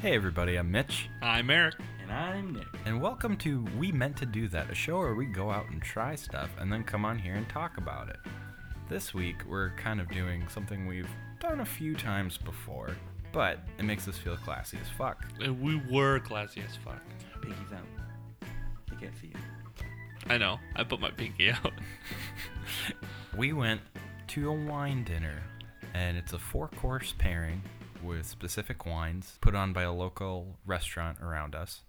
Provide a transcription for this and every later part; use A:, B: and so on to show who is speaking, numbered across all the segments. A: Hey everybody, I'm Mitch,
B: I'm Eric.
C: And I'm Nick.
A: and welcome to We Meant to Do That, a show where we go out and try stuff and then come on here and talk about it. This week, we're kind of doing something we've done a few times before, but it makes us feel classy as fuck.
B: And Uh, we were classy as fuck.
C: Pinky's out. They can't see you.
B: I know. I put my pinky out.
A: We went to a wine dinner, and it's a four course pairing with specific wines put on by a local restaurant around us.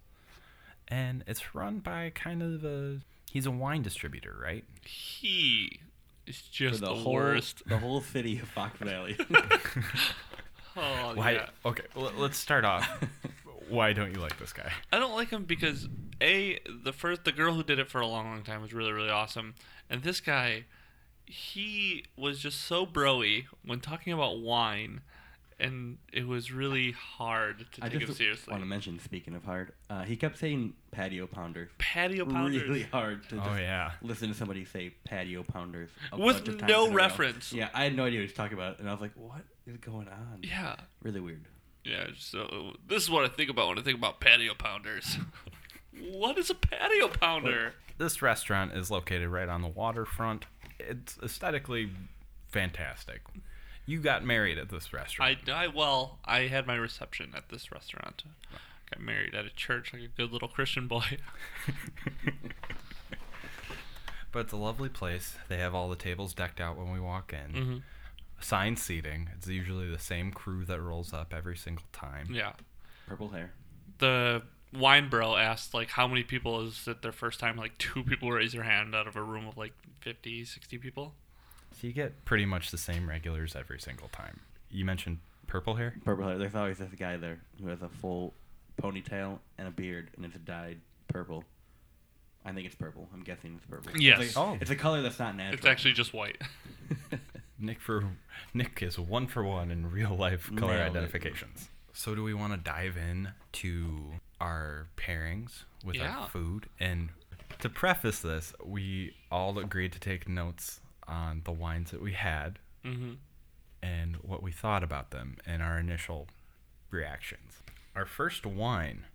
A: And it's run by kind of a. He's a wine distributor, right?
B: He is just
C: For
B: the,
C: the whole
B: worst.
C: the whole city of Fox Valley.
B: Oh,
A: Why?
B: yeah.
A: Okay, l- let's start off. Why don't you like this guy?
B: I don't like him because a the first the girl who did it for a long long time was really really awesome, and this guy, he was just so broy when talking about wine, and it was really hard to
C: I
B: take him
C: just
B: seriously.
C: want to mention, speaking of hard, uh, he kept saying patio pounder.
B: Patio pounders.
C: Really hard to just
A: Oh yeah.
C: listen to somebody say patio pounders a
B: With
C: bunch of times
B: no
C: in a row.
B: reference.
C: Yeah, I had no idea what he was talking about, and I was like, "What is going on?"
B: Yeah.
C: Really weird.
B: Yeah, so this is what I think about when I think about patio pounders. what is a patio pounder?
A: This restaurant is located right on the waterfront. It's aesthetically fantastic. You got married at this restaurant.
B: I, I well, I had my reception at this restaurant. Got married at a church like a good little Christian boy.
A: But it's a lovely place. They have all the tables decked out when we walk in.
B: Mhm.
A: Assigned seating. It's usually the same crew that rolls up every single time.
B: Yeah.
C: Purple hair.
B: The wine bro asked like how many people is it their first time like two people raise their hand out of a room of like 50, 60 people.
A: So you get pretty much the same regulars every single time. You mentioned purple hair?
C: Purple hair. There's always this guy there who has a full ponytail and a beard, and it's dyed purple. I think it's purple. I'm guessing it's purple.
B: Yes.
C: It's,
A: Oh.
C: like, it's a color that's not natural.
B: It's actually just white.
A: Nick for Nick is one for one in real life color
C: Nailed it.
A: identifications. So do we want to dive in to our pairings with
B: Yeah.
A: our food? And to preface this, we all agreed to take notes on the wines that we had
B: mm-hmm.
A: and what we thought about them and our initial reactions. Our first wine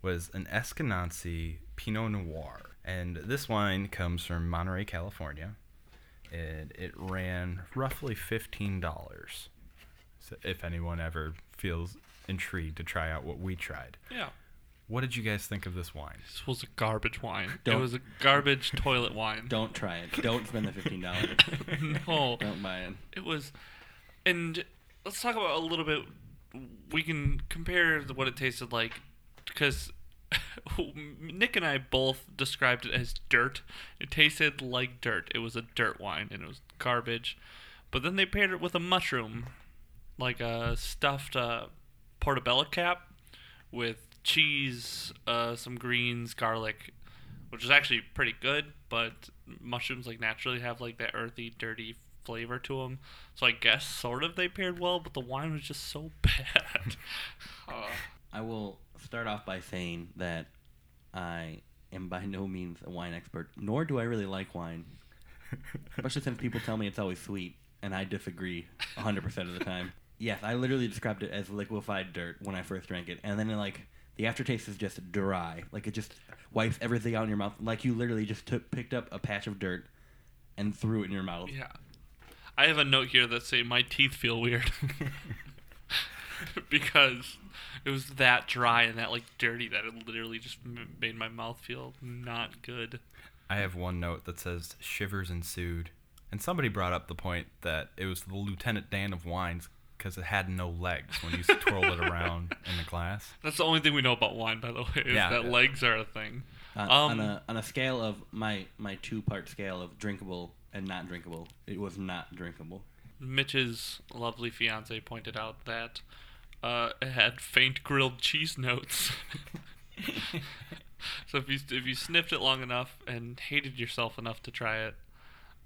A: was an Eskenazi Pinot Noir, and this wine comes from Monterey, California, and it ran roughly fifteen dollars. So if anyone ever feels intrigued to try out what we tried,
B: Yeah.
A: what did you guys think of this wine?
B: This was a garbage wine. It
C: Don't-
B: was a garbage toilet wine.
C: Don't try it. Don't spend the fifteen dollars.
B: no.
C: Don't buy it.
B: It was, and let's talk about a little bit. We can compare the- what it tasted like, because Nick and I both described it as dirt. It tasted like dirt. It was a dirt wine, and it was garbage. But then they paired it with a mushroom, like a stuffed uh, portobello cap, with cheese, uh, some greens, garlic, which is actually pretty good. But mushrooms like naturally have like that earthy, dirty flavor to them. So I guess sort of they paired well, but the wine was just so bad. uh,
C: I will start off by saying that I am by no means a wine expert, nor do I really like wine, especially since people tell me it's always sweet, and I disagree 100% of the time. Yes, I literally described it as liquefied dirt when I first drank it, and then like the aftertaste is just dry, like it just wipes everything out in your mouth, like you literally just took picked up a patch of dirt and threw it in your mouth.
B: yeah, I have a note here that say my teeth feel weird because it was that dry and that like dirty that it literally just m- made my mouth feel not good.
A: I have one note that says shivers ensued, and somebody brought up the point that it was the Lieutenant Dan of wines because it had no legs when you twirled it around in the glass.
B: That's the only thing we know about wine, by the way, is
A: Yeah.
B: that legs are a thing. Um,
C: On, Uh, on a on a scale of my my two part scale of drinkable and not drinkable, it was not drinkable.
B: Mitch's lovely fiance pointed out that uh, it had faint grilled cheese notes. so if you if you sniffed it long enough and hated yourself enough to try it,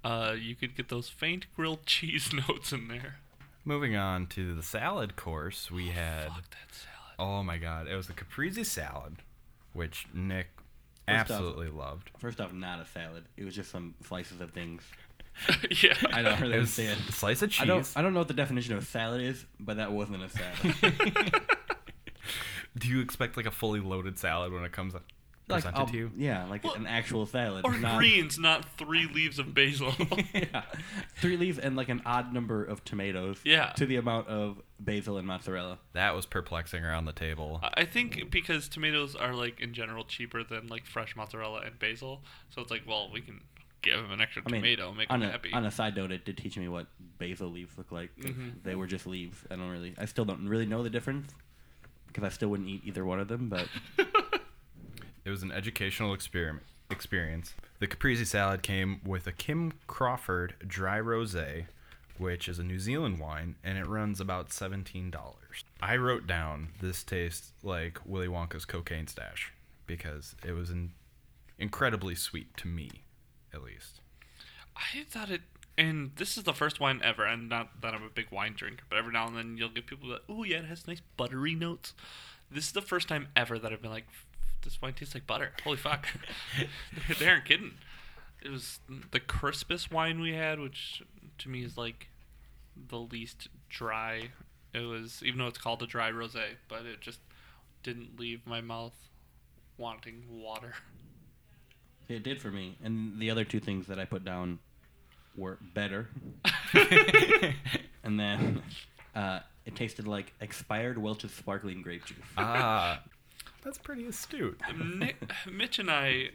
B: uh, you could get those faint grilled cheese notes in there.
A: Moving on to the salad course,
C: Oh,
A: we had
B: Fuck that salad.
A: oh my god, it was a caprese salad, which Nick
C: First off-
A: absolutely loved.
C: First off, not a salad. It was just some slices of things.
B: yeah.
C: I don't really
A: It was
C: understand.
A: a slice of cheese.
C: I don't I don't know what the definition of salad is, but that wasn't a salad.
A: Do you expect like a fully loaded salad when it comes
C: Like,
A: presented
C: I'll-
A: to you?
C: Yeah, like
B: Well,
C: an actual salad.
B: Or
C: not-
B: greens, not three leaves of basil.
C: yeah. Three leaves and like an odd number of tomatoes.
B: Yeah.
C: To the amount of basil and mozzarella.
A: That was perplexing around the table.
B: I I think because tomatoes are like in general cheaper than like fresh mozzarella and basil, so it's like, well, we can give them an extra
C: I mean,
B: tomato, make
C: on
B: them
C: a,
B: happy.
C: On a side note, it did teach me what basil leaves look like. 'cause
B: Mhm.
C: They were just leaves. I don't really, I still don't really know the difference because I still wouldn't eat either one of them. But
A: It was an educational experiment experience. The caprese salad came with a Kim Crawford dry rosé, which is a New Zealand wine, and it runs about $17. I wrote down this tastes like Willy Wonka's cocaine stash because it was in- incredibly sweet to me, at least.
B: I thought it, and this is the first wine ever, and not that I'm a big wine drinker, but every now and then you'll get people that, oh yeah, it has nice buttery notes. This is the first time ever that I've been like, this wine tastes like butter. Holy fuck, They- they aren't kidding. It was the crispest wine we had, which to me is like the least dry. It was, even though it's called a dry rosé, but it just didn't leave my mouth wanting water.
C: it did for me. And the other two things that I put down were better. and then uh, it tasted like expired Welch's sparkling grape juice.
A: Ah, that's pretty astute.
B: Nick, Mitch and I,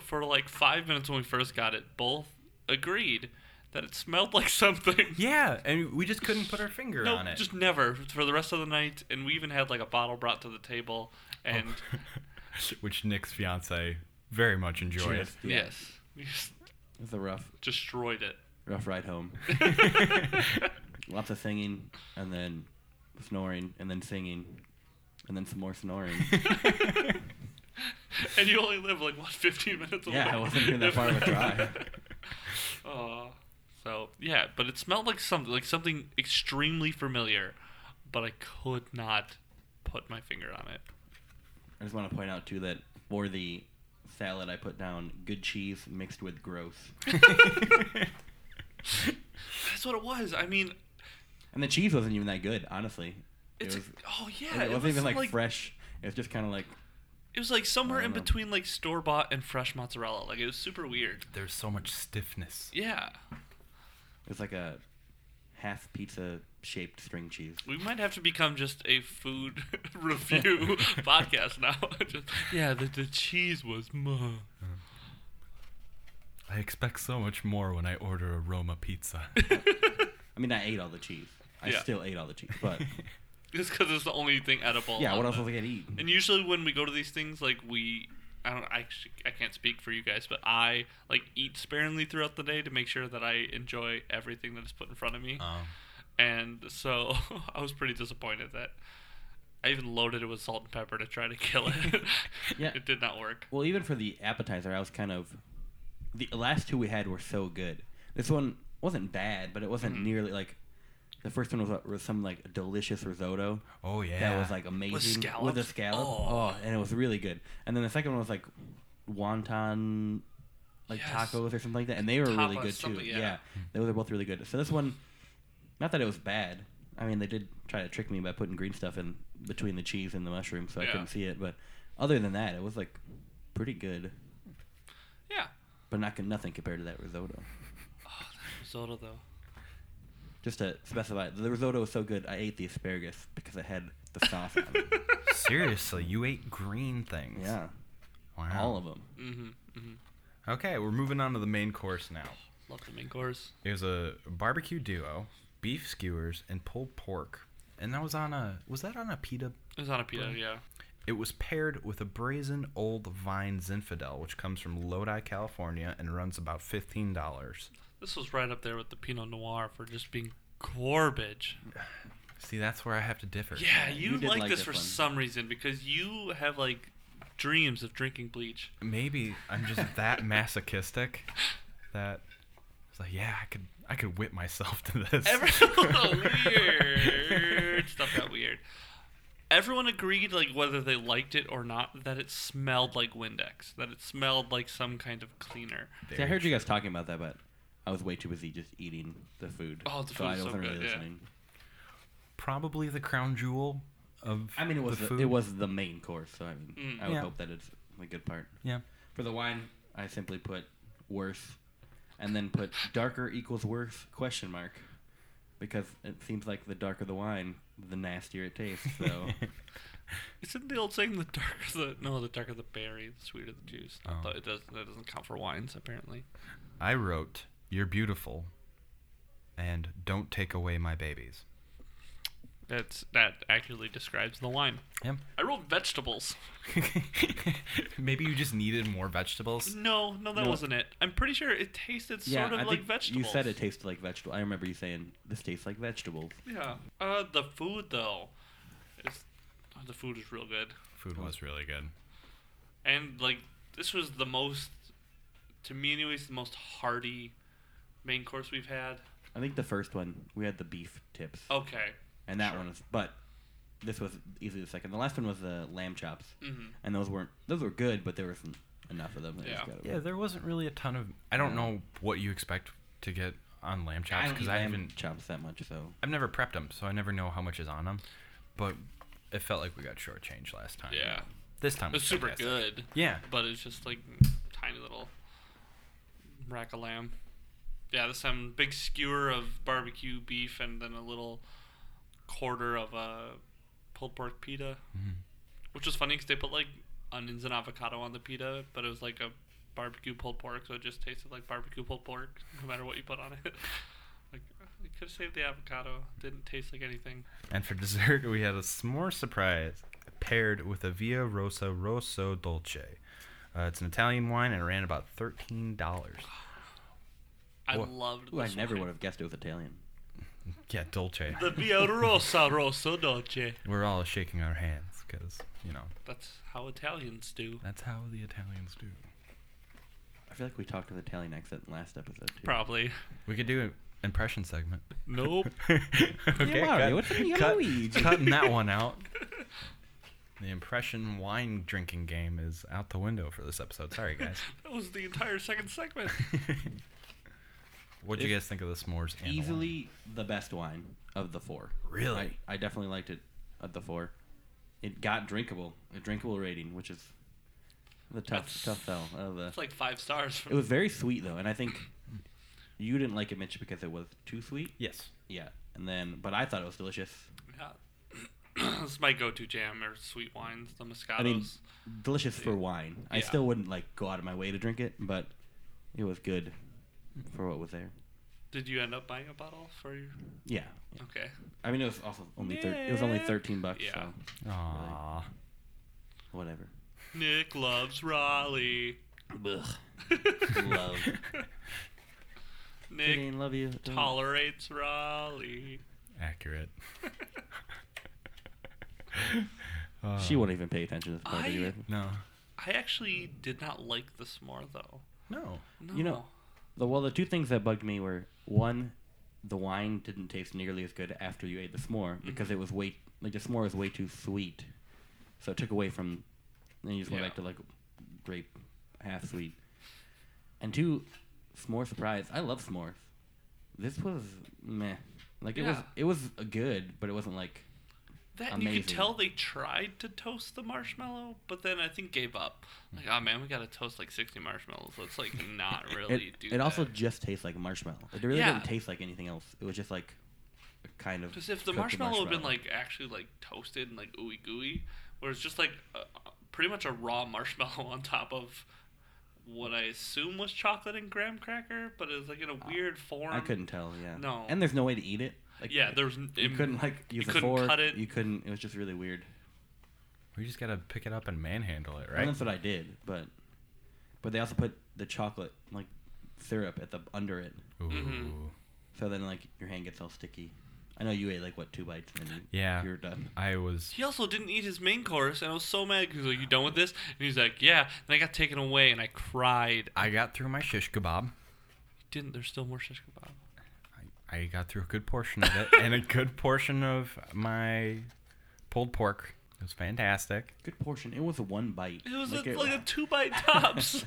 B: for like five minutes when we first got it, both agreed that it smelled like something.
A: Yeah, and we just couldn't put our finger
B: no,
A: on it.
B: just never for the rest of the night, and we even had like a bottle brought to the table,
A: Oh,
B: and
A: Which Nick's fiance very much enjoyed.
C: Just- yeah,
B: yes, we just
C: It was a rough,
B: destroyed it.
C: rough ride home. Lots of singing and then snoring and then singing and then some more snoring.
B: and you only live like what, fifteen minutes?
C: Yeah,
B: away?
C: I wasn't doing that far of a drive.
B: Aw. so yeah, but it smelled like something, like something extremely familiar, but I could not put my finger on it.
C: I just want to point out too that for the salad I put down good cheese mixed with gross.
B: That's what it was. I mean,
C: And the cheese wasn't even that good, honestly.
B: it's
C: it was
B: oh yeah,
C: it, wasn't even like, fresh. It was just kind of like
B: It was like somewhere
C: I
B: in
C: don't know.
B: between like store bought and fresh mozzarella. Like it was super weird.
A: There's so much stiffness.
B: Yeah,
C: it was like a half pizza shaped string cheese.
B: we might have to become just a food review podcast now. just, yeah, the, the cheese was muh.
A: I expect so much more when I order a Roma pizza.
C: I mean, I ate all the cheese. I
B: Yeah.
C: still ate all the cheese, but
B: just because it's the only thing edible.
C: yeah,
B: on
C: what else
B: the-
C: was I gonna eat?
B: And usually when we go to these things, like we, I don't, I actually, I can't speak for you guys, but I like eat sparingly throughout the day to make sure that I enjoy everything that is put in front of
C: Uh.
B: me.
A: um,
B: and so I was pretty disappointed that I even loaded it with salt and pepper to try to kill it.
C: Yeah.
B: it did not work.
C: Well, even for the appetizer, I was kind of the last two we had were so good. This one wasn't bad, but it wasn't
B: Mm-hmm.
C: nearly like the first one was, was some like delicious risotto
A: oh yeah.
C: that was like amazing with a
B: scallops?
C: scallop.
B: Oh.
C: Oh. and it was really good. And then the second one was like wonton like
B: Yes.
C: tacos or something like that, and they were really
B: Tapas,
C: good too.
B: something, yeah.
C: Yeah. they were both really good. So this one, not that it was bad. I mean, they did try to trick me by putting green stuff in between the cheese and the mushroom, so
B: Yeah.
C: I couldn't see it. But other than that, it was like pretty good
B: Yeah. Oh,
C: but not nothing compared to that risotto.
B: Risotto though.
C: Just to specify, the risotto was so good, I ate the asparagus because it had the sauce on it.
A: seriously. You ate green things.
C: Yeah,
A: Wow.
C: all of them.
B: Mm-hmm. Mm-hmm.
A: Okay, we're moving on to the main course now.
B: Love the main course.
A: It was a barbecue duo, beef skewers, and pulled pork, and that was on a was that on a pita?
B: It was on a pita, yeah.
A: It was paired with a brazen old vine Zinfandel, which comes from Lodi, California, and runs about fifteen dollars.
B: This was right up there with the Pinot Noir for just being garbage.
A: See, that's where I have to differ.
B: Yeah,
C: you
B: you,
C: did
B: like,
C: like
B: this,
C: this
B: for
C: one.
B: some reason because you have like dreams of drinking bleach.
A: Maybe I'm just that masochistic that it's like, yeah, I could I could whip myself to this.
B: Every little weird stuff got weird. Everyone agreed, like whether they liked it or not, that it smelled like Windex, that it smelled like some kind of cleaner.
C: See, I heard you guys talking about that, but I was way too busy just eating the food.
B: Oh, the food
C: I
B: was so
C: wasn't
B: good, yeah.
A: Probably the crown jewel of
C: I mean, it was
A: the
C: the,
A: food.
C: it was the main course, so I mean,
B: Mm.
C: I would
A: Yeah.
C: hope that it's a good part.
A: yeah.
C: For the wine, I simply put worse, and then put darker equals worse question mark, because it seems like the darker the wine, the nastier it tastes. So
B: Isn't the old saying the darker the no the darker the berry the sweeter the juice?
A: Oh.
B: Although it does that doesn't count for wines apparently.
A: I wrote, "You're beautiful," and "Don't take away my babies."
B: That's that accurately describes the wine.
A: Yep.
B: I rolled vegetables.
A: Maybe you just needed more vegetables.
B: No, no, that
C: No.
B: wasn't it. I'm pretty sure it tasted
C: yeah,
B: sort of
C: I
B: like
C: think
B: vegetables.
C: you said it tasted like vegetable. I remember you saying this tastes like vegetables.
B: Yeah. Uh, the food though, is, oh, the food is real good,
A: Food was really good.
B: and like this was the most, to me anyways, the most hearty main course we've had.
C: I think the first one we had the beef tips,
B: Okay.
C: and that
B: sure.
C: one was, but this was easily the second. The last one was the lamb chops,
B: Mm-hmm.
C: and those weren't those were good, but there wasn't enough of them. They just
B: Yeah.
C: got away.
A: Yeah, there wasn't really a ton of. I don't know what you expect to get on lamb
C: I
A: chops
C: don't
A: because
C: eat
A: I,
C: lamb
A: haven't.
C: chops that much, so
A: I've never prepped them, so I never know how much is on them. But it felt like we got shortchanged last time.
B: Yeah.
A: This time
B: It was super
A: fantastic.
B: good,
A: Yeah.
B: but it's just like tiny little rack of lamb. Yeah, this time big skewer of barbecue beef and then a little quarter of uh, pulled pork pita,
A: Mm-hmm.
B: which was funny because they put like onions and avocado on the pita, but it was like a barbecue pulled pork, so it just tasted like barbecue pulled pork no matter what you put on it. like, you could have saved the avocado. Didn't taste like anything.
A: And for dessert, we had a s'more surprise paired with a Via Rosa Rosso Dolce. Uh, it's an Italian wine and it ran about thirteen dollars.
B: I
A: Wha-
B: loved.
C: Ooh, I
B: this
C: never
B: wine.
C: would have guessed it was Italian.
A: Yeah, Dolce.
B: The Via Rosa Rosso Dolce.
A: We're all shaking our hands because you know
B: That's how Italians do.
A: that's how the Italians do.
C: I feel like we talked with Italian accent in last episode too.
B: Probably.
A: We could do an impression segment.
B: Nope.
A: okay,
C: Mario, what's up with you,
A: cut,
C: Luigi?
A: cutting that one out. The impression wine drinking game is out the window for this episode. Sorry, guys.
B: that was the entire second segment.
A: What'd you
C: It's
A: guys think of the s'mores? and the wine?
C: Easily the best wine of the four.
A: Really?
C: I, I definitely liked it of the four. It got drinkable, a drinkable rating, which is the tough
B: That's-
C: tough sell. Of the,
B: It's like five stars from
C: it was very sweet though, and I think you didn't like it, Mitch, because it was too sweet.
A: Yes.
C: Yeah, and then but I thought it was delicious.
B: yeah. This is my go-to jam or sweet wines, the Moscatos.
C: I mean, delicious for wine. I
B: Yeah.
C: still wouldn't like go out of my way to drink it, but it was good for what was there.
B: Did you end up buying a bottle for your?
C: Yeah,
B: Okay.
C: I mean, it was also only thir- it was only
B: Yeah.
C: thirteen bucks.
B: Yeah.
C: So
A: Aww.
C: whatever.
B: Nick loves Raleigh.
C: Love.
B: Nick
C: Jane, love you. Don't-
B: tolerates Raleigh.
A: Accurate. Uh,
C: She won't even pay attention to this part.
B: I-
C: anyway.
A: No.
B: I actually did not like this more though.
A: No.
B: No.
C: You know- The, well, the two things that bugged me were one, the wine didn't taste nearly as good after you ate the s'more
B: Mm-hmm.
C: because it was way like the s'more was way too sweet, so it took away from. Then you just went
B: Yeah.
C: back to like grape half sweet, and two, s'more surprise. I love s'mores. This was meh. Like it was
B: Yeah.
C: it was uh, good, but it wasn't like
B: That and you could
C: Amazing.
B: tell they tried to toast the marshmallow, but then I think gave up. Like, oh man, we gotta toast like sixty marshmallows. Let's like not really
C: Hmm. it,
B: do.
C: it also
B: that."
C: just tastes like marshmallow. It really
B: Yeah.
C: didn't taste like anything else. It was just like a kind of.
B: because if the
C: cooked
B: marshmallow, had been like actually like toasted and like ooey gooey, where it's just like uh, pretty much a raw marshmallow on top of what I assume was chocolate and graham cracker, but it was like in a weird form.
C: Ah, I couldn't tell. Yeah.
B: No.
C: And there's no way to eat it. Like,
B: Yeah, there was. n-
C: You
B: it-
C: couldn't like
B: you
C: use a
B: couldn't
C: fork.
B: cut it.
C: You couldn't. It was just really weird.
A: We just gotta pick it up and manhandle it,
C: And
A: right?
C: that's what I did, but but they also put the chocolate like syrup at the under it,
A: Ooh.
C: mm-hmm.
B: Mhm.
C: so then like your hand gets all sticky. I know you ate like what two bites and then you,
A: Yeah.
C: you're done.
A: I was.
B: He also didn't eat his main course, and I was so mad because like, "You done with this?" And he's like, "Yeah." And I got taken away, and I cried.
A: I got through my shish kebab.
B: Didn't there's still more shish kebab?
A: I, I got through a good portion of it and a good portion of my pulled pork. It was fantastic.
C: Good portion. It was a one bite.
B: It was a,
C: it-
B: like a two by tops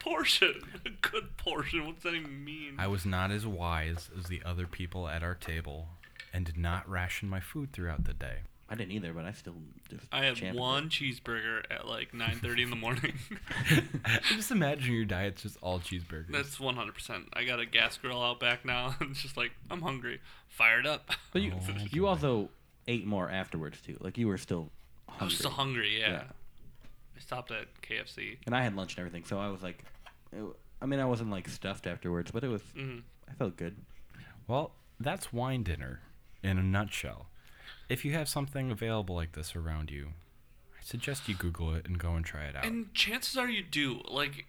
B: portion. A good portion. What's that even mean?
A: I was not as wise as the other people at our table and did not ration my food throughout the day.
C: I didn't either, but I still just.
B: I had
C: champed it.
B: one cheeseburger at like 9:30 in the morning.
A: I just imagine your diet's just all cheeseburgers.
B: That's 100%. I got a gas grill out back now. It's just like I'm hungry, fired up.
C: But you,
A: Oh,
C: you
A: boy.
C: also ate more afterwards too. Like you were still. Hungry.
B: I was still hungry. Yeah.
C: Yeah.
B: I stopped at KFC.
C: And I had lunch and everything, so I was like, it- I mean, I wasn't like stuffed afterwards, but it was.
B: Mhm.
C: I felt good.
A: well, that's wine dinner in a nutshell. If you have something available like this around you, I suggest you Google it and go and try it out.
B: And chances are you do. Like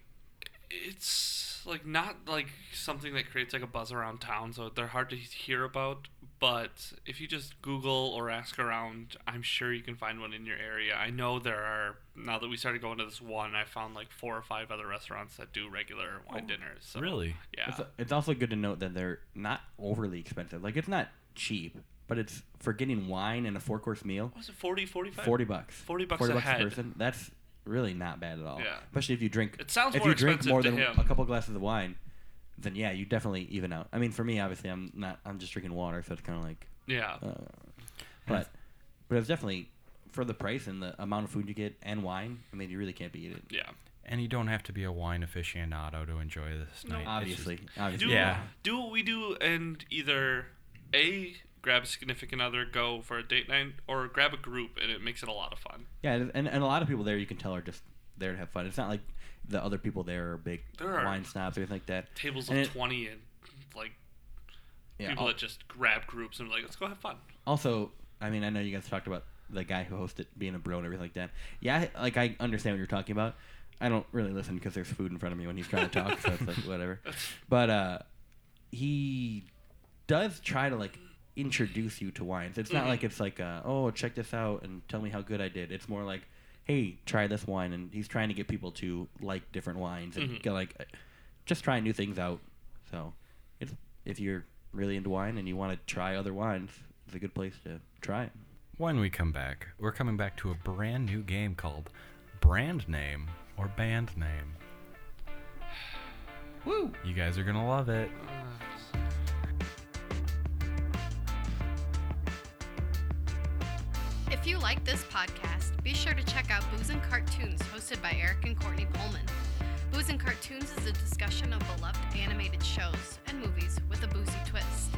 B: it's like not like something that creates like a buzz around town, so they're hard to hear about, but if you just Google or ask around, I'm sure you can find one in your area. I know there are now that we started going to this one, I found like four or five other restaurants that do regular
C: Oh,
B: wine dinners. So,
A: really?
B: Yeah.
C: It's, it's also good to note that they're not overly expensive. Like it's not cheap, but it's for getting wine and a four course meal,
B: What was it 40 45?
C: forty bucks.
B: 40 bucks a head.
C: person. That's really not bad at all.
B: Yeah.
C: Especially if you drink.
B: It sounds
C: if
B: more
C: you drink
B: expensive
C: more
B: to
C: than
B: him.
C: a couple glasses of wine, then yeah, you definitely even out. I mean, for me, obviously, I'm not. I'm just drinking water, so it's kind of like.
B: Yeah.
C: Uh, but but it's definitely for the price and the amount of food you get and wine. I mean, you really can't beat it.
B: Yeah.
A: And you don't have to be a wine aficionado to enjoy this
B: No.
A: night. It's just-
C: Obviously,
B: Do
C: obviously.
A: Yeah.
B: do what we do and either a grab a significant other, go for a date night, or grab a group, and it makes it a lot of fun.
C: Yeah, and, and and a lot of people there you can tell are just there to have fun. It's not like the other people there are big
B: There are-
C: wine snobs or anything like that.
B: Tables of
C: And it-
B: twenty and like
C: Yeah,
B: people
C: al-
B: that just grab groups and like let's go have fun.
C: also, I mean, I know you guys talked about the guy who hosted being a bro and everything like that. Yeah, I- like I understand what you're talking about. I don't really listen because there's food in front of me when he's trying to talk, so it's like whatever. But uh, he does try to like introduce you to wines. It's not like it's like uh, oh check this out and tell me how good I did. It's more like hey try this wine, and he's trying to get people to like different wines and
B: Mhm.
C: get, like just try new things out. So it's, if you're really into wine and you want to try other wines, it's a good place to try it.
A: When we come back, we're coming back to a brand new game called Brand Name or Band Name.
C: Woo!
A: You guys are going to love it.
D: If you like this podcast, be sure to check out Booze and Cartoons, hosted by Eric and Courtney Pullman. Booze and Cartoons is a discussion of beloved animated shows and movies with a boozy twist.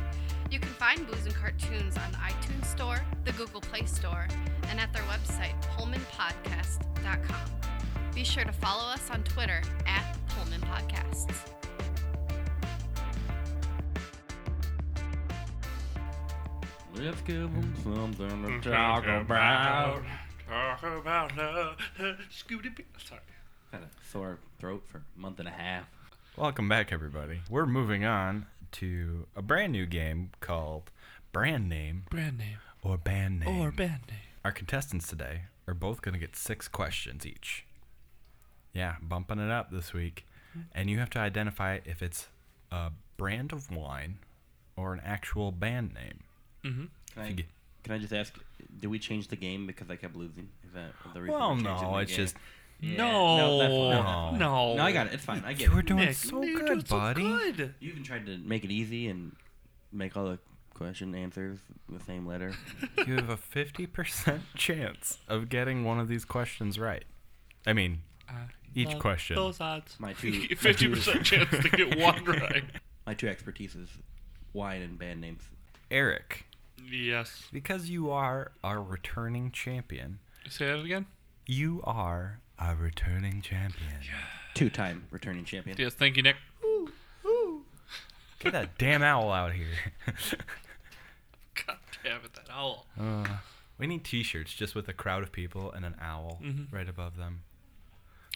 D: You can find Booze and Cartoons on the iTunes Store, the Google Play Store, and at their website, PullmanPodcast.com. Be sure to follow us on Twitter at Pullman Podcasts.
C: Let's give 'em something to
A: Mm-hmm.
B: Talk
C: talk about.
B: talk about love. Scooby. Sorry.
C: Had a sore throat for a month and a half.
A: Welcome back, everybody. We're moving on to a brand new game called Brand Name
B: Brand name
A: or Band Name.
B: or band name.
A: Our contestants today are both going to get six questions each. Yeah, bumping it up this week.
B: Mm-hmm.
A: And you have to identify if it's a brand of wine or an actual band name.
C: Can
A: Fig-
C: I, can I just ask, did we change the game because I kept losing? Is that the reason?
A: Well,
C: we changed
A: no,
C: the
A: it's
C: game?
A: just
C: Yeah,
B: No.
C: that's
A: No.
C: fine.
B: No.
C: No, I got it. It's fine. I get
A: you were
C: it.
A: doing
B: Nick,
A: so
B: you're
A: good,
B: doing so
A: buddy.
B: good.
C: You even tried to make it easy and make all the question answers the same letter.
A: you have a 50% chance of getting one of these questions right. I mean, Each
B: Love
A: question.
B: Those odds.
C: My two-
B: Fifty percent chance to get one right.
C: My two expertises, wine and band names.
A: Eric,
B: Yes.
A: because you are our returning champion,
B: Say that again.
A: you are our returning champion.
C: Two-time returning champion.
B: Yes. Thank you, Nick.
A: Get that damn owl out here.
B: God damn it, that owl.
A: Uh, we need t shirts just with a crowd of people and an owl
B: Mhm.
A: right above them.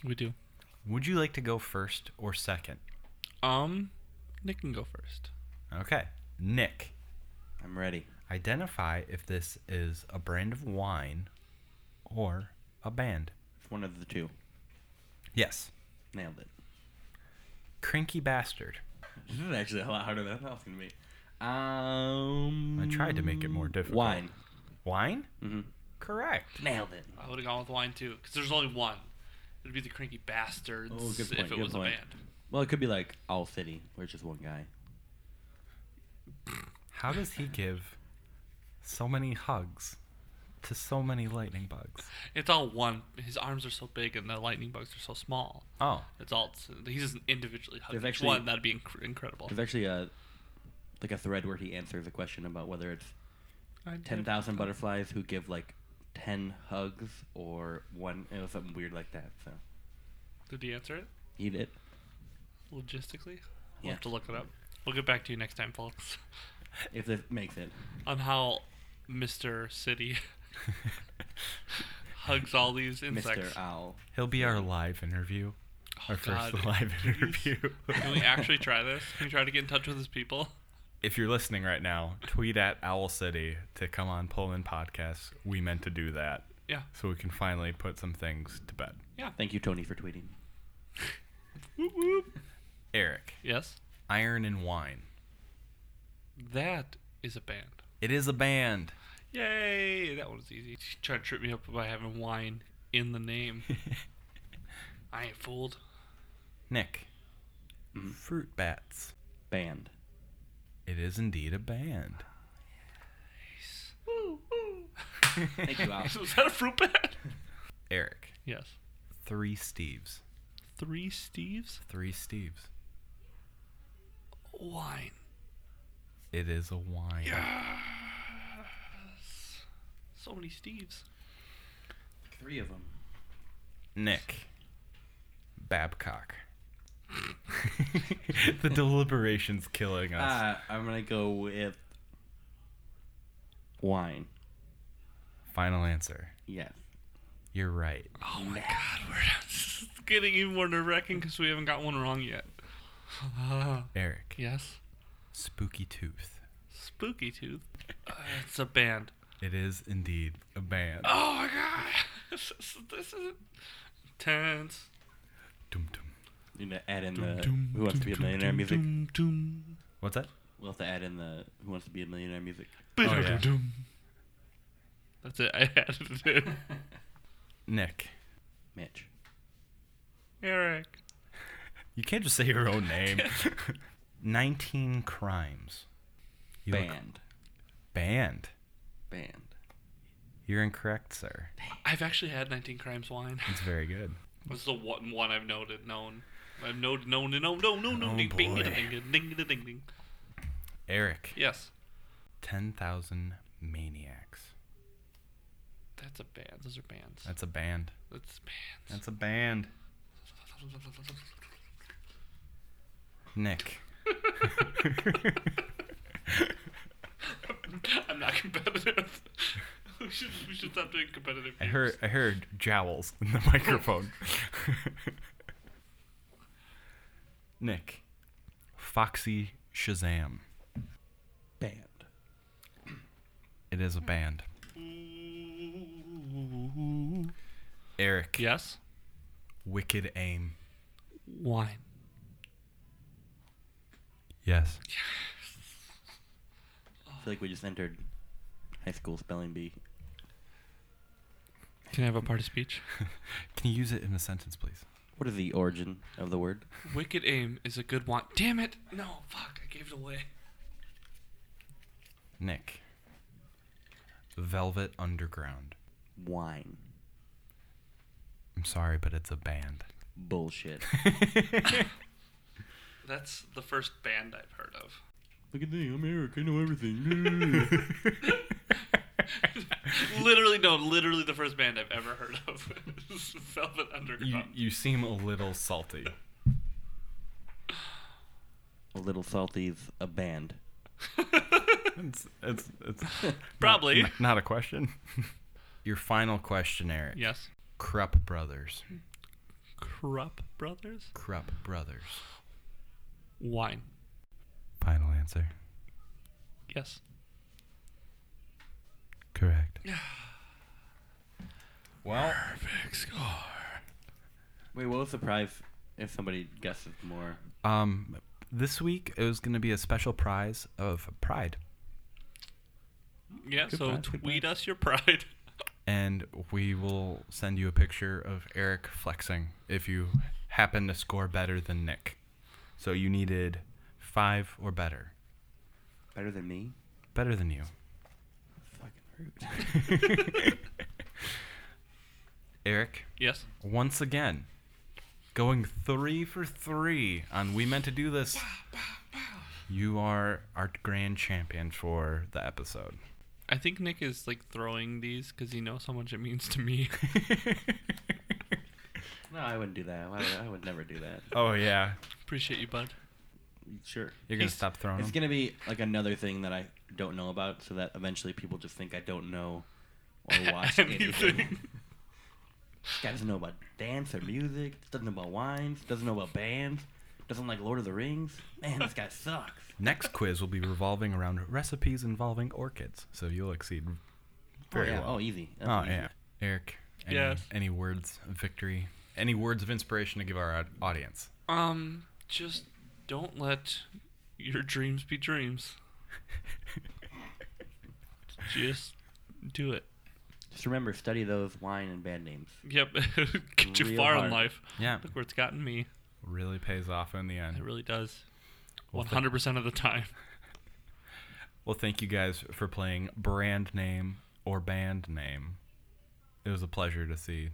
B: We do.
A: Would you like to go first or second?
B: Um, Nick can go first.
A: Okay. Nick,
C: I'm ready.
A: identify if this is a brand of wine or a band.
C: It's one of the two.
A: Yes.
C: Nailed it.
A: Cranky Bastard.
C: This is actually a lot harder than I thought it was gonna be. Um,
A: I tried to make it more difficult.
C: Wine.
A: Wine?
C: hmm
A: Correct.
C: Nailed it.
B: I would have gone with wine too, because there's only one. It'd be the Cranky Bastards
C: Oh, good point,
B: if it
C: good
B: was a
C: point.
B: band.
C: Well, it could be like all city, where it's just one guy.
A: How does he give so many hugs to so many lightning bugs.
B: It's all one. His arms are so big and the lightning bugs are so small.
A: Oh,
B: It's all. It's, he doesn't individually hug
C: There's
B: each
C: actually-
B: one. That'd be inc- incredible.
C: There's actually a like a thread where he answers a question about whether it's
B: I did-
C: ten thousand butterflies who give like ten hugs or one it was something weird like that. So
B: Did he answer it
C: he did.
B: logistically? We'll
C: Yeah.
B: have to look it up. We'll get back to you next time, folks,
C: If this makes it.
B: on how Mr. City hugs all these insects. Oh,
C: Mr. Owl.
A: he'll be our live interview. Our first
B: God.
A: live
B: Please.
A: interview.
B: Can we actually try this? Can we try to get in touch with his people?
A: if you're listening right now, tweet at Owl City to come on Pullman Podcast. We meant to do that
B: Yeah.
A: so we can finally put some things to bed.
B: Yeah.
C: Thank you, Tony, for tweeting.
B: Whoop, whoop.
A: Eric,
B: Yes.
A: Iron and Wine.
B: That is a band.
A: It is a band.
B: Yay! That one's easy. She tried to trip me up by having wine in the name. I ain't fooled.
A: Nick, Fruit Bats.
C: Banned.
A: It is indeed a band.
C: Thank you, Owl.
B: Was that a fruit bat?
A: Eric,
B: yes.
A: Three Steves.
B: Three Steves?
A: Three Steves.
B: Wine.
A: It is a wine.
B: So many Steves.
C: Three of them.
A: Nick, Babcock. the deliberation's killing us.
C: Uh, I'm gonna go with wine.
A: Final answer.
C: Yes.
A: You're right.
B: Oh my god, we're getting even more nerve wracking because we haven't got one wrong yet.
A: Eric,
B: yes.
A: Spooky Tooth.
B: Spooky Tooth. Uh, it's a band.
A: It is indeed a band.
B: Oh my god. this, is, this is intense.
A: Dum dum.
C: You know, add in the Who Wants to Be a Millionaire music.
B: Doom, doom.
A: What's that? Oh,
C: We'll have to add in the Who Wants to Be a Millionaire music.
A: yeah.
B: Ba-da-da-dum. Oh, That's it. I added it in.
A: Nick,
C: Mitch.
B: Eric.
A: you can't just say your own name. 19 Crimes. You look-
C: Banned.
A: Band.
C: Banned.
A: You're incorrect, sir.
B: I've actually had 19 Crimes Wine.
A: It's very good.
B: This is the one one I've noted, known. I've noted, known, and known, known, known, known,
A: Oh,
B: ding, ding,
A: boy.
B: ding, ding, ding, ding, ding, ding.
A: Eric,
B: Yes.
A: 10,000 Maniacs.
B: That's a band. Those are bands.
A: That's a band.
B: That's bands.
A: That's a band. Nick,
B: I'm not competitive. we, should, we should stop doing competitive
A: I
B: games.
A: heard I heard jowls in the microphone. Nick, Foxy Shazam.
C: Banned.
A: It is a band. Eric,
B: Yes?
A: Wicked Aim.
B: Wine.
A: Yes.
C: I feel like we just entered high school spelling bee.
B: Can I have a party speech?
A: Can you use it in a sentence, please?
C: What is the origin of the word?
B: Wicked Aim is a good one. Damn it! No, fuck, I gave it away.
A: Nick, Velvet Underground.
C: Wine.
A: I'm sorry, but it's a band.
C: Bullshit.
B: That's the first band I've heard of.
C: Look at me, I'm Eric, I know everything.
B: literally, no, literally the first band I've ever heard of is Velvet
A: You,
B: Underground.
A: you seem a little salty.
C: a little salty's a band.
A: It's, it's, it's
B: Probably.
A: not, not a question. Your final question, Eric.
B: yes.
A: Krupp Brothers.
B: Krupp Brothers?
A: Krupp Brothers.
B: Wine.
A: Final answer.
B: Yes.
A: Correct. Well,
B: Perfect score.
C: Wait, what was the prize if somebody guesses more?
A: um, this week it was going to be a special prize of pride,
B: Yeah,
C: Good
B: so
C: prize, good
B: tweet us your pride.
A: and we will send you a picture of Eric flexing if you happen to score better than Nick. So you needed five or better,
C: Better than me?
A: better than you.
C: Fucking fruit.
A: Eric,
B: Yes.
A: once again, going three for three on We Meant to Do This. You are our grand champion for the episode.
B: I think Nick is like throwing these because he knows how much it means to me.
C: no, I wouldn't do that. I would, I would never do that.
A: oh, yeah.
B: Appreciate you, bud.
C: Sure.
A: You're going
B: He's-
A: to stop throwing
C: It's
A: them?
C: gonna be like another thing that I don't know about, so that eventually people just think I don't know or watch anything. This guy doesn't know about dance or music. Doesn't know about wines. Doesn't know about bands. Doesn't like Lord of the Rings. Man, this guy sucks.
A: Next quiz will be revolving around recipes involving orchids, so you'll exceed very
C: oh, yeah.
A: well.
C: Oh, easy. That's
A: Oh
C: easy.
A: yeah, Eric. Any,
B: Yes.
A: Any words of victory? Any words of inspiration to give our au- audience?
B: Um, just don't let your dreams be dreams. Just do it.
C: Just remember, study those wine and band names.
B: Yep. Get you
C: Real
B: far in
C: hard.
B: life.
A: Yeah,
B: Look where it's gotten me.
A: really pays off in the
B: It
A: end.
B: really does.
A: Well,
B: One
A: thank-
B: hundred percent of the time.
A: Well, thank you guys for playing brand name or band name. It was a pleasure to see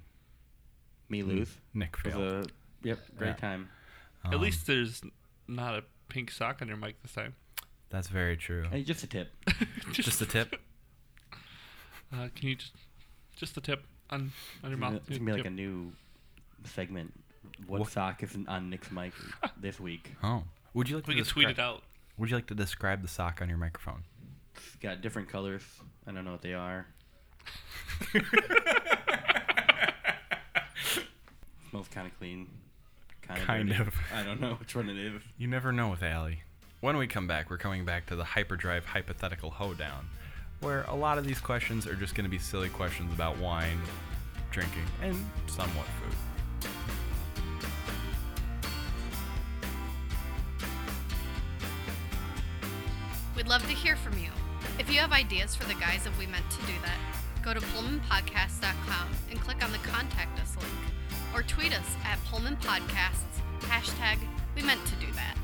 C: Me lose.
A: Nick
C: Was
A: fail.
C: a yep great
A: Mm. Yeah.
C: time.
B: At
A: Um,
B: least there's not a pink sock on your mic this time.
A: that's very true.
C: Hey, just a tip.
A: Just a tip.
B: Uh, can you just just the tip on on your mouth?
C: It's gonna be like a new segment. What,
A: What-
C: sock is on Nick's mic this week?
A: Oh, would you like
B: we
A: to
B: can tweet
A: descri-
B: it out.
A: Would you like to describe the sock on your microphone?
C: It's got different colors. I don't know what they are. Smells kind of clean. Kinda
A: Kind
C: dirty.
A: of.
C: I don't know which one it is.
A: You never know with Allie. When we come back, we're coming back to the hyperdrive hypothetical hoedown, where a lot of these questions are just going to be silly questions about wine, drinking, and somewhat food.
D: We'd love to hear from you. If you have ideas for the guys of We Meant to Do That, go to PullmanPodcast.com and click on the Contact Us link, or tweet us at Pullman Podcasts, hashtag We Meant to Do That.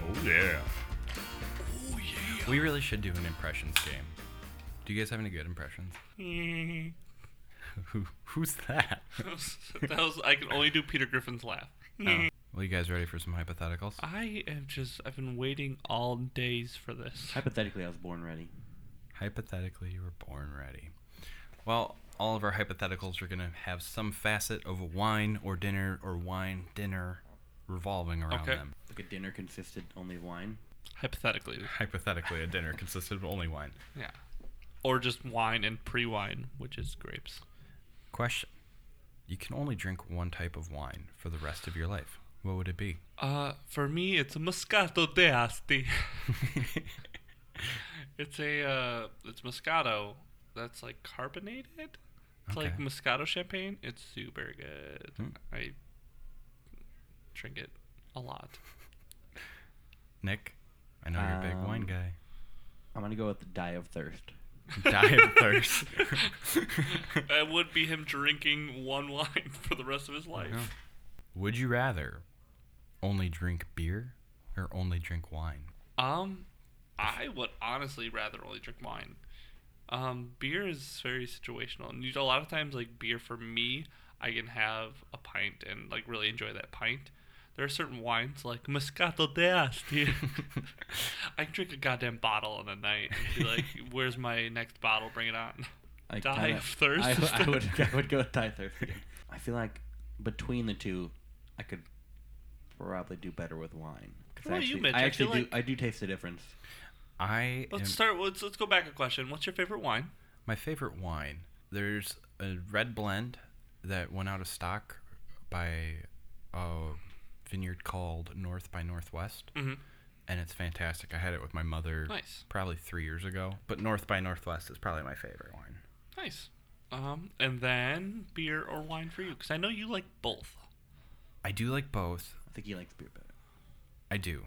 A: Oh, yeah. We really should do an impressions game. Do you guys have any good impressions? Who, who's that?
B: that, was, that was- I can only do Peter Griffin's laugh.
A: Oh. Well, you guys ready for some hypotheticals?
B: I have just I've been waiting all days for this.
C: Hypothetically, I was born ready.
A: Hypothetically, you were born ready. Well, all of our hypotheticals are going to have some facet of wine or dinner or wine dinner revolving around
B: Okay.
A: them.
C: Like a dinner consisted only of wine.
B: Hypothetically,
A: Hypothetically, a dinner consisted of only wine.
B: yeah. Or just wine and pre-wine, which is grapes.
A: Question You can only drink one type of wine for the rest of your life. What would it be?
B: Uh, for me, it's Moscato d'Asti. it's a uh, it's Moscato that's like carbonated. It's like
A: Okay.
B: Moscato champagne. It's super good.
A: Hmm.
B: I drink it a lot.
A: Nick, I know you're a big wine
C: Um,
A: guy.
C: I'm gonna go with the die of thirst.
A: Die of thirst.
B: That would be him drinking one wine for the rest of his life.
A: Yeah. Would you rather only drink beer or only drink wine?
B: Um, I would honestly rather only drink wine. Um, beer is very situational, and you a lot of times like beer for me, I can have a pint and like really enjoy that pint. There are certain wines like Moscato d'Asti. I can drink a goddamn bottle in a night and be like, "Where's my next bottle? Bring it on."
C: I
B: Die
C: kinda-
B: of thirst
C: I,
B: is
C: I
B: the-
C: would, I would go with die of thirst. Again. I feel like between the two, I could probably do better with wine. 'Cause
B: Well,
C: I
B: you
C: actually,
B: bitch,
C: I
B: I
C: actually
B: feel
C: do.
B: like-
C: I do taste the difference.
A: I
B: Let's
A: am-
B: start. Let's let's go back a question. What's your favorite wine?
A: My favorite wine. There's a red blend that went out of stock by a vineyard called North by Northwest,
B: Mhm.
A: and it's fantastic. I had it with my mother
B: Nice,
A: probably three years ago, but North by Northwest is probably my favorite wine.
B: nice. Um, and then beer or wine for you? Because I know you like both.
A: I do like both.
C: I think he likes beer better.
A: I do,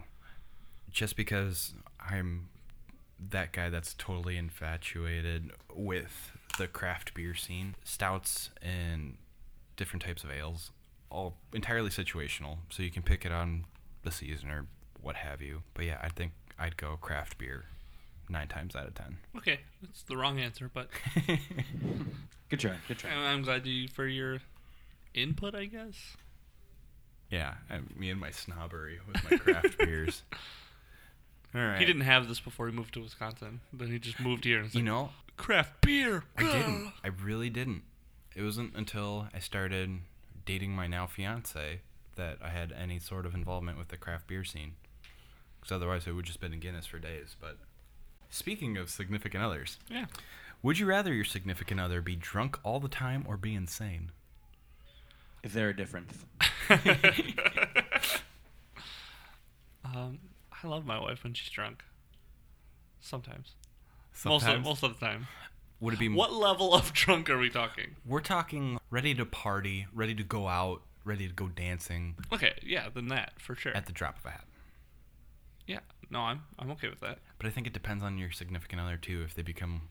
A: just because I'm that guy that's totally infatuated with the craft beer scene, stouts and different types of ales all entirely situational, so you can pick it on the season or what have you. But yeah, I think I'd go craft beer nine times out of ten.
B: Okay, that's the wrong answer, but
C: Good try. Good
B: I-
C: try.
B: I'm glad you for your input, I guess.
A: Yeah, I, me and my snobbery with my craft beers. All right.
B: He didn't have this before he moved to Wisconsin. Then he just moved here and said,
A: You know,
B: craft beer.
A: I didn't. I really didn't. It wasn't until I started dating my now fiance that I had any sort of involvement with the craft beer scene. Because otherwise, it would just been in Guinness for days. But speaking of significant others,
B: Yeah.
A: would you rather your significant other be drunk all the time or be insane?
C: Is there a difference?
B: Um, I love my wife when she's drunk. Sometimes. Most of,
A: Sometimes. Hmm.
B: most of the time.
A: would it be
B: What level of drunk are we talking?
A: We're talking ready to party, ready to go out, ready to go dancing
B: Okay, yeah, then that for sure.
A: at the drop of a hat.
B: yeah, no, I'm I'm okay with that.
A: But I think it depends on your significant other too. If they become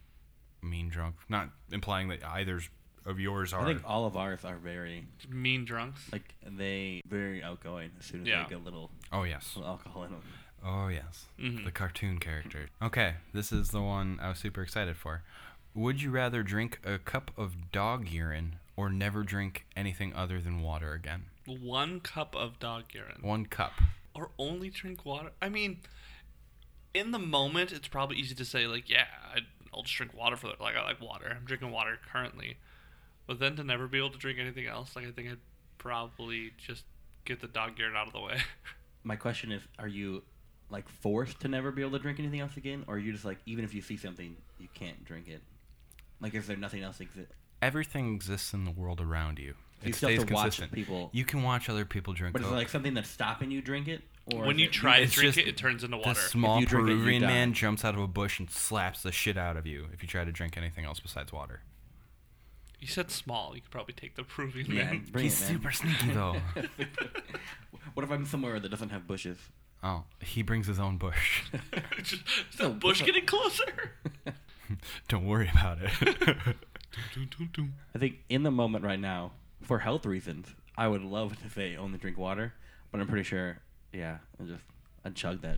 A: mean drunk, not implying that either of yours
C: I
A: are.
C: think all of ours are very
B: Mean drunks.
C: like they very outgoing as soon as
B: Yeah.
C: they get a little,
A: oh yes.
C: little alcohol in them.
A: Oh yes.
C: Mm-hmm.
B: Mhm.
A: The cartoon character. Okay, this is the one I was super excited for. Would you rather drink a cup of dog urine or never drink anything other than water again?
B: One cup of dog urine.
A: One cup.
B: or only drink water. I mean, in the moment, it's probably easy to say like, yeah, I, I'll just drink water for the, like I like water. I'm drinking water currently, but then to never be able to drink anything else, like I think I'd probably just get the dog urine out of the way.
C: My question is, are you like forced to never be able to drink anything else again, or are you just like even if you see something, you can't drink it? Like, is there nothing else exi-
A: Everything exists in the world around you.
C: You
A: It
C: still have
A: stays
C: to watch
A: consistent.
C: people.
A: You can watch other people drink.
C: But is it
A: Coke.
C: like something that's stopping you drink it, or
B: when
C: is
B: you
C: it-
B: try to
A: it's
B: drink
A: just
B: it, it turns into water.
A: This small
C: you drink it, you
A: Peruvian
C: die.
A: man jumps out of a bush and slaps the shit out of you if you try to drink anything else besides water.
B: you said small. You could probably take the Peruvian
C: Yeah,
B: man.
C: bring
A: He's
C: it, man.
A: super sneaky though.
C: what if I'm somewhere that doesn't have bushes?
A: oh, he brings his own bush.
B: just, is the bush getting closer?
A: Don't worry about it.
B: Dun, dun, dun.
C: I think in the moment right now, for health reasons, I would love to say only drink water, but I'm pretty sure, yeah, I just I chug that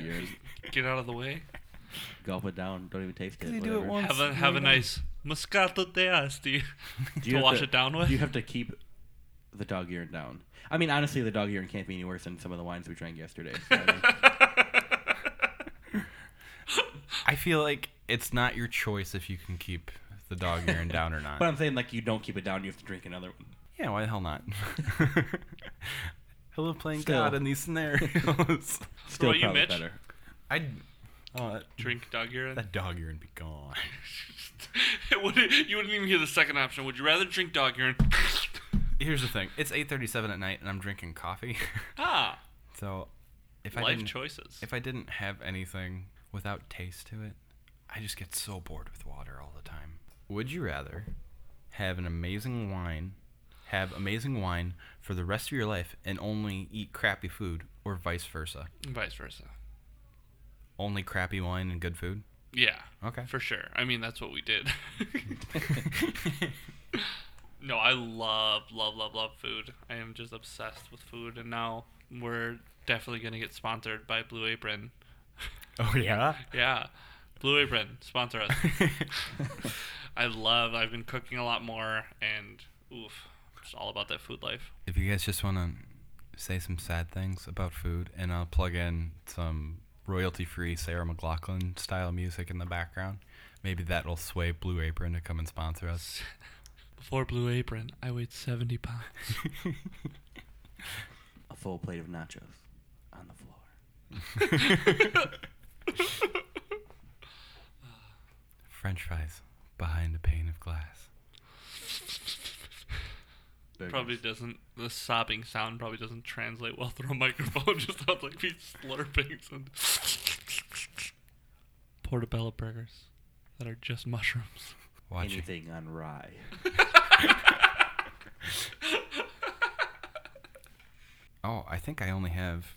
C: urine,
B: Get out of the way.
C: gulp it down, don't even taste it.
A: Can you do it
C: whatever.
A: once?
B: Have a have a nice Moscato d'Asti
C: Do you
B: to
C: have
B: wash it down with.
C: Do you have to keep the dog urine down? I mean, honestly, the dog urine can't be any worse than some of the wines we drank yesterday. so I mean,
A: I feel like it's not your choice if you can keep the dog urine down or
C: but
A: not.
C: I'm saying like you don't keep it down, you have to drink another one.
A: Yeah, why the hell not? I love playing
C: Still.
A: God in these scenarios.
C: Still
B: about you,
C: probably
B: Mitch?
C: better.
A: I'd. Oh, that,
B: drink dog urine.
A: that dog urine be gone.
B: It wouldn't- you wouldn't even hear the second option. Would you rather drink dog urine?
A: Here's the thing it's 8.37 at night and I'm drinking coffee.
B: ah,
A: So, if I
B: life
A: didn't,
B: choices.
A: if I didn't have anything without taste to it, I just get so bored with water all the time. Would you rather have an amazing wine, have amazing wine for the rest of your life and only eat crappy food, or vice versa?
B: And Vice versa.
A: Only crappy wine and good food.
B: Yeah.
A: Okay.
B: For sure. I mean, that's what we did. no, I love, love, love, love food. I am just obsessed with food, and now we're definitely gonna get sponsored by Blue Apron.
A: Oh yeah.
B: Yeah, Blue Apron sponsor us. I love. I've been cooking a lot more, and oof, it's all about that food life.
A: if you guys just want to say some sad things about food, and I'll plug in some royalty-free Sarah McLaughlin style music in the background, maybe that'll sway Blue Apron to come and sponsor us.
B: Before Blue Apron, I weighed 70 pounds.
C: A full plate of nachos on the floor.
A: French fries behind a pane of glass.
C: Burgers.
B: Probably doesn't, the sobbing sound probably doesn't translate well through a microphone. Just sounds like me slurping some portobello burgers that are just mushrooms.
A: Watch it.
C: anything on rye.
A: Oh, I think I only have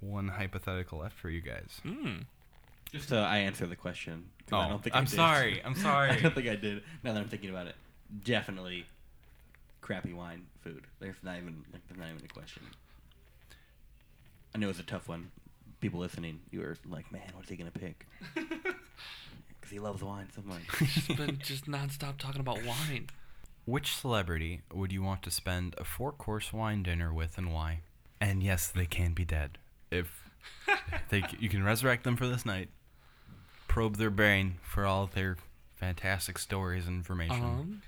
A: one hypothetical left for you guys.
B: Mm.
C: Just so I answer the question. 'cause I don't think I
A: am
C: did.
A: Oh, sorry. I'm sorry.
C: I don't think I did. Now that I'm thinking about it, definitely crappy wine food. There's not even like, there's not even a question. I know it's a tough one. People listening, you were like, man, what's he gonna pick? Because he loves wine so much.
B: It's been just nonstop talking about wine.
A: Which celebrity would you want to spend a four course wine dinner with and why? And yes, they can be dead. If they, c- you can resurrect them for this night, probe their brain for all of their fantastic stories and information.
B: Um,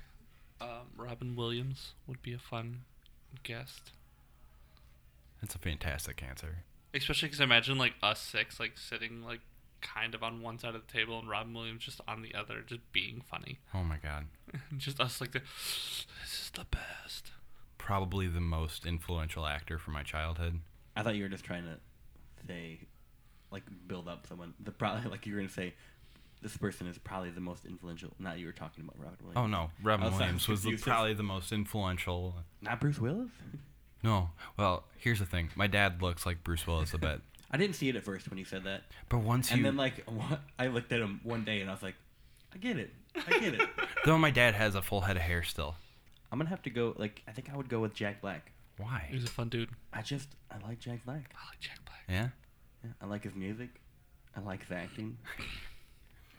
B: um, Robin Williams would be a fun guest,
A: That's a fantastic answer.
B: especially because imagine like us six like sitting like kind of on one side of the table and Robin Williams just on the other, just being funny.
A: Oh my god.
B: just us like the, this is the best.
A: Probably the most influential actor from my childhood.
C: I thought you were just trying to say, like, build up someone. The probably like you were gonna say, this person is probably the most influential. Not you were talking about Robin Williams.
A: Oh no, Robin
C: Oh, sorry,
A: Williams was the,
C: confused.
A: probably the most influential.
C: Not Bruce Willis.
A: No, well, here's the thing. My dad looks like Bruce Willis a bit,
C: I didn't see it at first when you said that,
A: but once you
C: and then like wha- I looked at him one day and I was like, I get it. I get it.
A: Though my dad has a full head of hair still.
C: I'm gonna have to go. Like, I think I would go with Jack Black.
A: Why?
B: He's a fun dude.
C: I just I like Jack Black.
B: I like Jack Black.
A: Yeah.
C: Yeah, I like his music. I like his acting.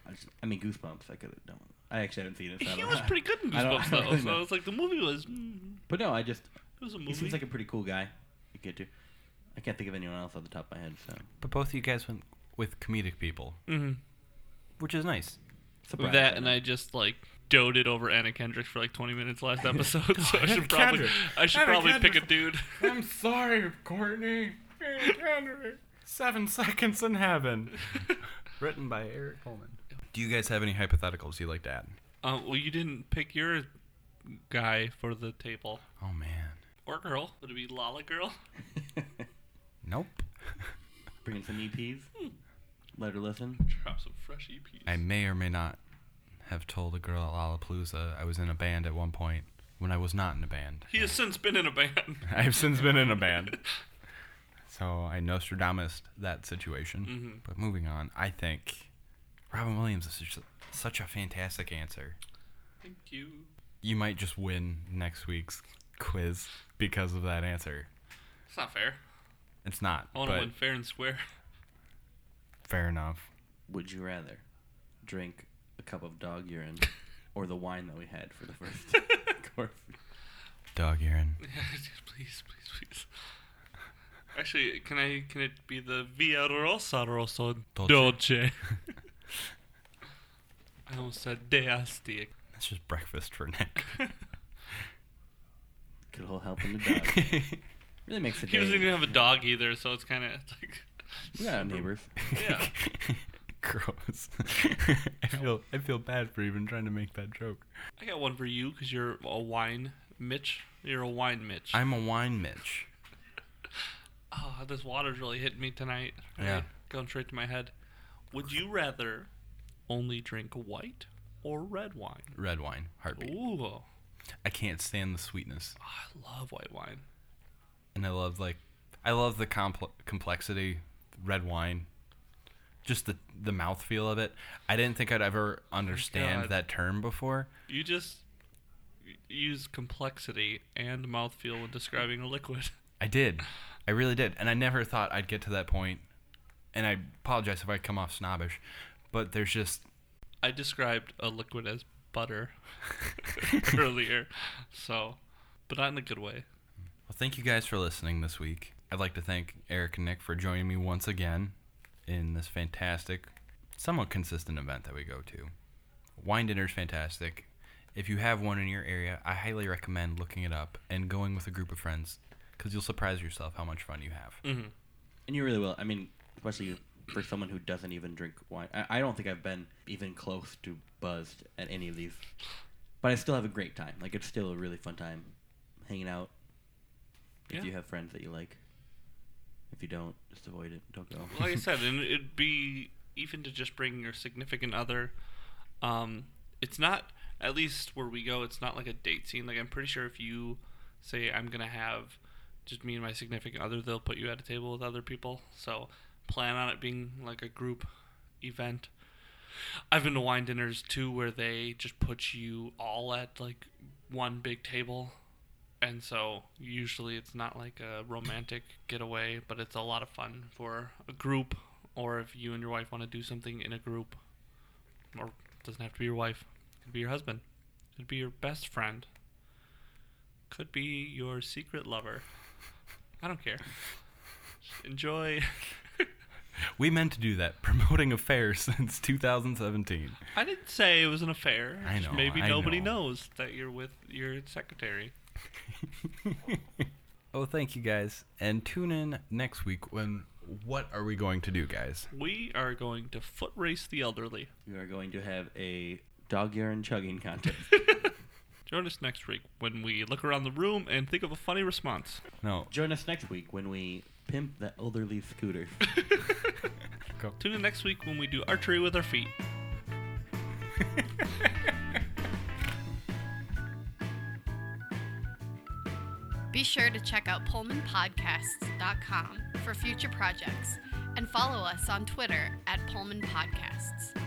C: I, just, I mean, Goosebumps. I could have done. I actually haven't seen it. so I
B: He
C: don't-
B: was pretty good in
C: I don't-
B: Goosebumps
C: I
B: though,
C: don't really
B: so
C: know.
B: it's like the movie was. Mm,
C: But no, I just
B: it was a movie.
C: he seems like a pretty cool guy. You get to. I can't think of anyone else off the top of my head. So
A: But both of you guys went with comedic people,
B: Mhm.
A: which is nice.
C: Surprise,
B: that
C: I
B: and
C: know.
B: I just like doted over Anna Kendrick for like 20 minutes last episode, so I should
A: Anna
B: probably
A: Kendrick.
B: I should
A: Anna
B: probably pick a
A: Kendrick.
B: dude.
A: I'm sorry, Courtney. Seven Seconds in Heaven. Written by Eric Coleman. Do you guys have any hypotheticals you'd like to add?
B: Uh, well, you didn't pick your guy for the table
A: Oh, man.
B: or girl. Would it be Lala Girl?
A: Nope.
C: Bring in some EPs.
B: Hmm.
C: Let her listen.
B: Drop some fresh E EPs.
A: I may or may not have told a girl at Lollapalooza I was in a band at one point when I was not in a band.
B: he has since been in a band.
A: I've since been in a band. So I Nostradamus that situation.
B: Mm-hmm.
A: But moving on, I think Robin Williams is just such a fantastic answer.
B: Thank you.
A: You might just win next week's quiz because of that answer.
B: It's not fair.
A: It's not,
B: I want to
A: but
B: win fair and square.
A: fair enough.
C: Would you rather drink a cup of dog urine or the wine that we had for the first course?
A: Dog urine.
B: please, please, please. Actually, can I? Can it be the Via Rosa Rosso
A: Dolce.
B: Dolce? I almost said Deasti.
A: That's just breakfast for Nick.
C: Could all help in the dog. Really makes the
B: He doesn't even
C: day.
B: have a dog either, so it's kind of like.
C: We got neighbors.
B: Yeah.
A: Gross. I feel I feel bad for even trying to make that joke.
B: I got one for you because you're a wine Mitch. You're a wine Mitch.
A: I'm a wine Mitch.
B: oh, this water's really hitting me tonight.
A: Yeah.
B: Right? Going straight to my head. Would you rather only drink white or red wine?
A: Red wine, heartbeat.
B: Ooh,
A: I can't stand the sweetness.
B: I love white wine.
A: and I love like I love the compl- complexity red wine just the the mouthfeel of it. I didn't think I'd ever understand
B: God.
A: that term before.
B: You just y- use complexity and mouthfeel when describing a liquid.
A: I did. I really did. And I never thought I'd get to that point. And I apologize if I come off snobbish, but there's just
B: I described a liquid as butter earlier, so, but not in a good way.
A: Well, thank you guys for listening this week. I'd like to thank Eric and Nick for joining me once again in this fantastic, somewhat consistent event that we go to. Wine dinner's fantastic. If you have one in your area, I highly recommend looking it up and going with a group of friends because you'll surprise yourself how much fun you have.
C: And you really will. I mean, especially for someone who doesn't even drink wine. I, I don't think I've been even close to buzzed at any of these. But I still have a great time. Like, it's still a really fun time hanging out. If
B: Yeah.
C: you have friends that you like. If you don't, just avoid it. Don't go.
B: Like I said, and it'd be even to just bring your significant other. Um, it's not at least where we go. It's not like a date scene. Like I'm pretty sure if you say I'm gonna have just me and my significant other, they'll put you at a table with other people. So plan on it being like a group event. I've been to wine dinners too where they just put you all at like one big table and so usually it's not like a romantic getaway, but it's a lot of fun for a group, or if you and your wife want to do something in a group, or doesn't have to be your wife, could be your husband, could be your best friend, could be your secret lover. I don't care. Just Enjoy.
A: We meant to do that, promoting affairs since 2017.
B: I didn't say it was an affair.
A: I
B: Just
A: know,
B: Maybe
A: I
B: nobody
A: know.
B: knows that you're with your secretary.
A: oh, thank you guys. And tune in next week when what are we going to do, guys?
B: We are going to foot race the elderly.
C: We are going to have a dog urine chugging contest.
B: Join us next week when we look around the room and think of a funny response.
A: No.
C: Join us next week when we pimp the elderly scooter.
A: Go.
B: Tune in next week when we do archery with our feet.
D: Be sure to check out PullmanPodcasts.com for future projects and follow us on Twitter at Pullman Podcasts.